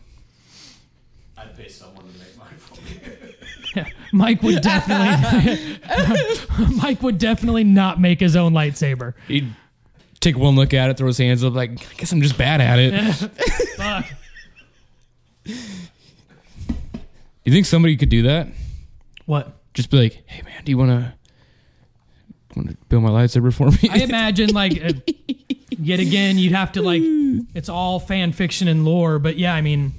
I'd pay someone to make mine for me. Mike would definitely Mike would definitely not make his own lightsaber. He'd take one look at it, throw his hands up, like, I guess I'm just bad at it. Fuck. you think somebody could do that? What? Just be like, hey man, do you wanna, wanna build my lightsaber for me? I imagine like uh, yet again you'd have to like it's all fan fiction and lore, but yeah, I mean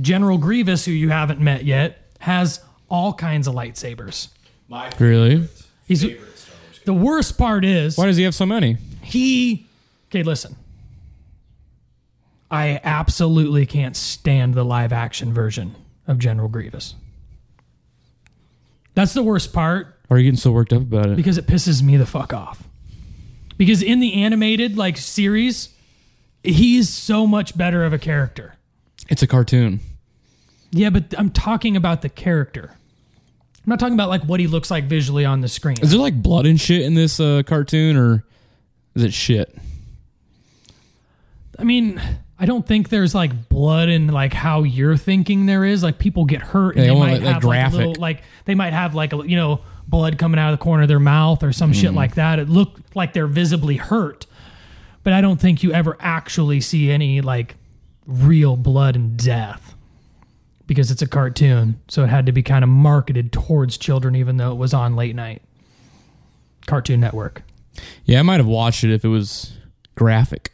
General Grievous who you haven't met yet has all kinds of lightsabers. My favorite, really? He's favorite Star Wars. the worst part is Why does he have so many? he Okay, listen. I absolutely can't stand the live action version of General Grievous. That's the worst part. Why are you getting so worked up about it? because it pisses me the fuck off. Because in the animated like series, he's so much better of a character. It's a cartoon. Yeah, but I'm talking about the character. I'm not talking about like what he looks like visually on the screen. Is there like blood and shit in this uh, cartoon, or is it shit? I mean, I don't think there's like blood in like how you're thinking there is. Like people get hurt and they Yeah, I want might that have like, a graphic. little like they might have like a you know blood coming out of the corner of their mouth or some shit like that. It looked like they're visibly hurt, but I don't think you ever actually see any like real blood and death because it's a cartoon, so it had to be kind of marketed towards children, even though it was on late night Cartoon Network. Yeah, I might have watched it if it was graphic.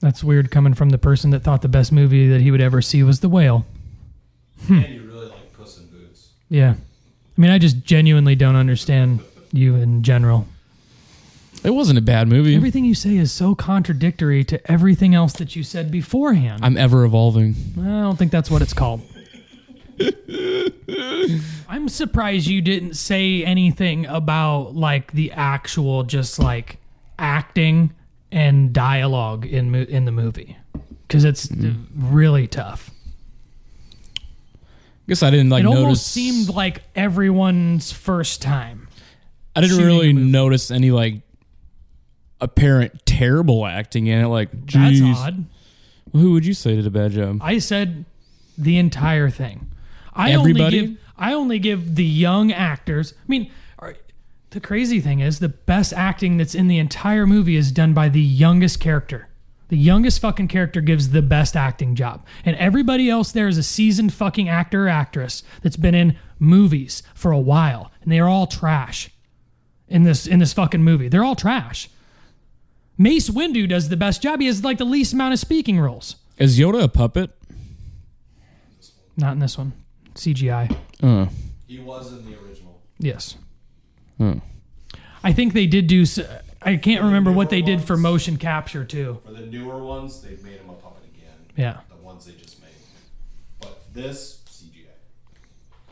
That's weird coming from the person that thought the best movie that he would ever see was The Whale. And you really like Puss in Boots. Yeah. I mean, I just genuinely don't understand you in general. It wasn't a bad movie. Everything you say is so contradictory to everything else that you said beforehand. I'm ever evolving. I don't think that's what it's called. I'm surprised you didn't say anything about like the actual just like acting and dialogue in mo- in the movie cuz it's really tough. guess I didn't like It notice. almost seemed like everyone's first time. I didn't shooting really a movie. notice any like apparent terrible acting in it. Like, That's geez, odd. who would you say did a bad job? I said the entire thing. I Everybody? only give I only give the young actors. I mean, are- the crazy thing is the best acting that's in the entire movie is done by the youngest character. The youngest fucking character gives the best acting job. And everybody else there is a seasoned fucking actor or actress that's been in movies for a while and they're all trash in this in this fucking movie. They're all trash. Mace Windu does the best job. He has like the least amount of speaking roles. Is Yoda a puppet? Not in this one. CGI. Uh, He was in the original. Yes. I think they did do. s- I can't remember what they did for motion capture too. For the newer ones, they've made him a puppet again. Yeah. The ones they just made. But this, CGI.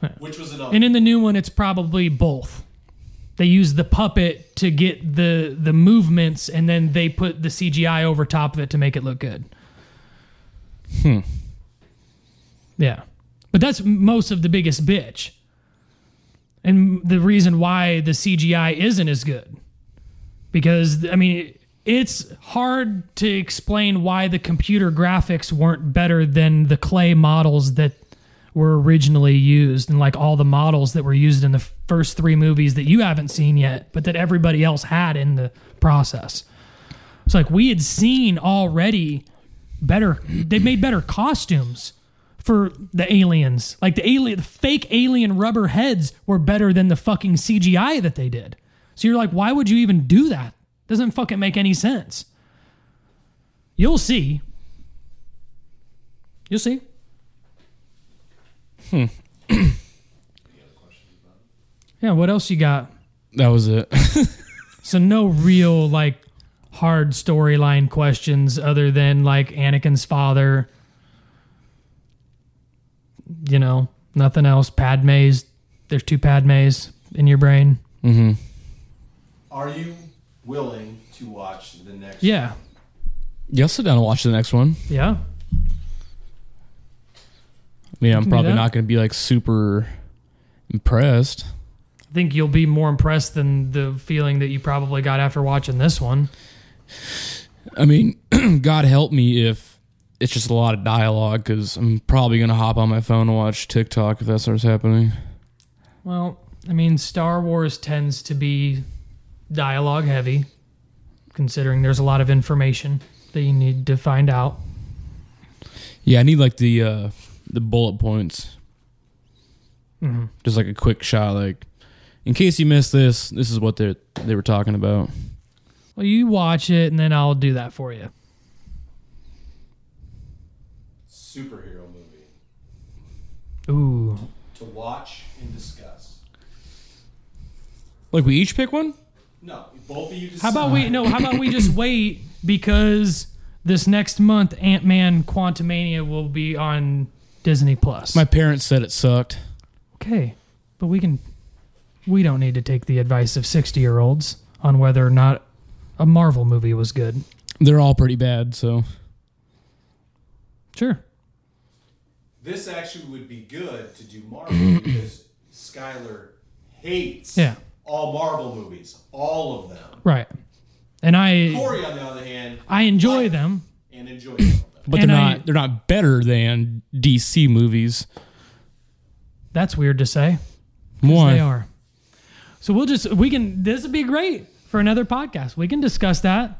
Yeah. Which was another. And in the new one, it's probably both. They use the puppet to get the the movements, and then they put the CGI over top of it to make it look good. Hmm. Yeah, but that's most of the biggest bitch, and the reason why the CGI isn't as good, because I mean it's hard to explain why the computer graphics weren't better than the clay models that were originally used and like all the models that were used in the first three movies that you haven't seen yet, but that everybody else had in the process. It's like we had seen already better. They made better costumes for the aliens. Like the alien, the fake alien rubber heads were better than the fucking CGI that they did. So you're like, why would you even do that? Doesn't fucking make any sense. You'll see. You'll see. Yeah, what else you got? That was it. So no real like hard storyline questions other than like Anakin's father. You know, nothing else. Padme's there's two Padme's in your brain. Are you willing to watch the next? Yeah. yeah, I'll sit down and watch the next one. Yeah. I mean, I'm do probably that. not going to be like super impressed. I think you'll be more impressed than the feeling that you probably got after watching this one. I mean, God help me if it's just a lot of dialogue because I'm probably going to hop on my phone and watch TikTok if that starts happening. Well, I mean, Star Wars tends to be dialogue heavy, considering there's a lot of information that you need to find out. Yeah, I need like the uh the bullet points. Mm-hmm. Just like a quick shot, like in case you missed this, this is what they they were talking about. Well, you watch it, and then I'll do that for you. superhero movie Ooh, to watch and discuss? Like we each pick one. No, both of you. Decide. how about we no? How about we just wait because this next month Ant Man Quantumania will be on Disney Plus. My parents said it sucked. okay, but we can. We don't need to take the advice of sixty-year-olds on whether or not a Marvel movie was good. They're all pretty bad, so Sure. This actually would be good to do Marvel because Skylar hates Yeah. all Marvel movies, all of them. Right. And I Corey, on the other hand, I enjoy them. and enjoy all of them. but And they're I- not they're not better than DC movies. That's weird to say. 'cause Why? They are. So we'll just we can this would be great for another podcast. We can discuss that.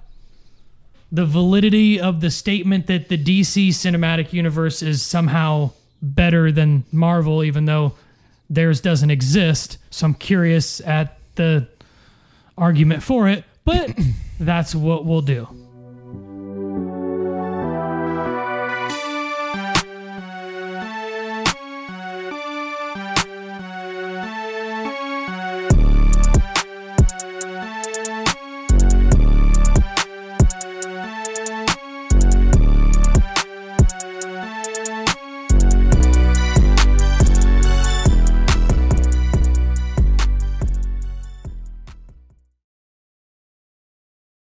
The validity of the statement that the DC cinematic universe is somehow better than Marvel, even though theirs doesn't exist. So I'm curious at the argument for it, but that's what we'll do.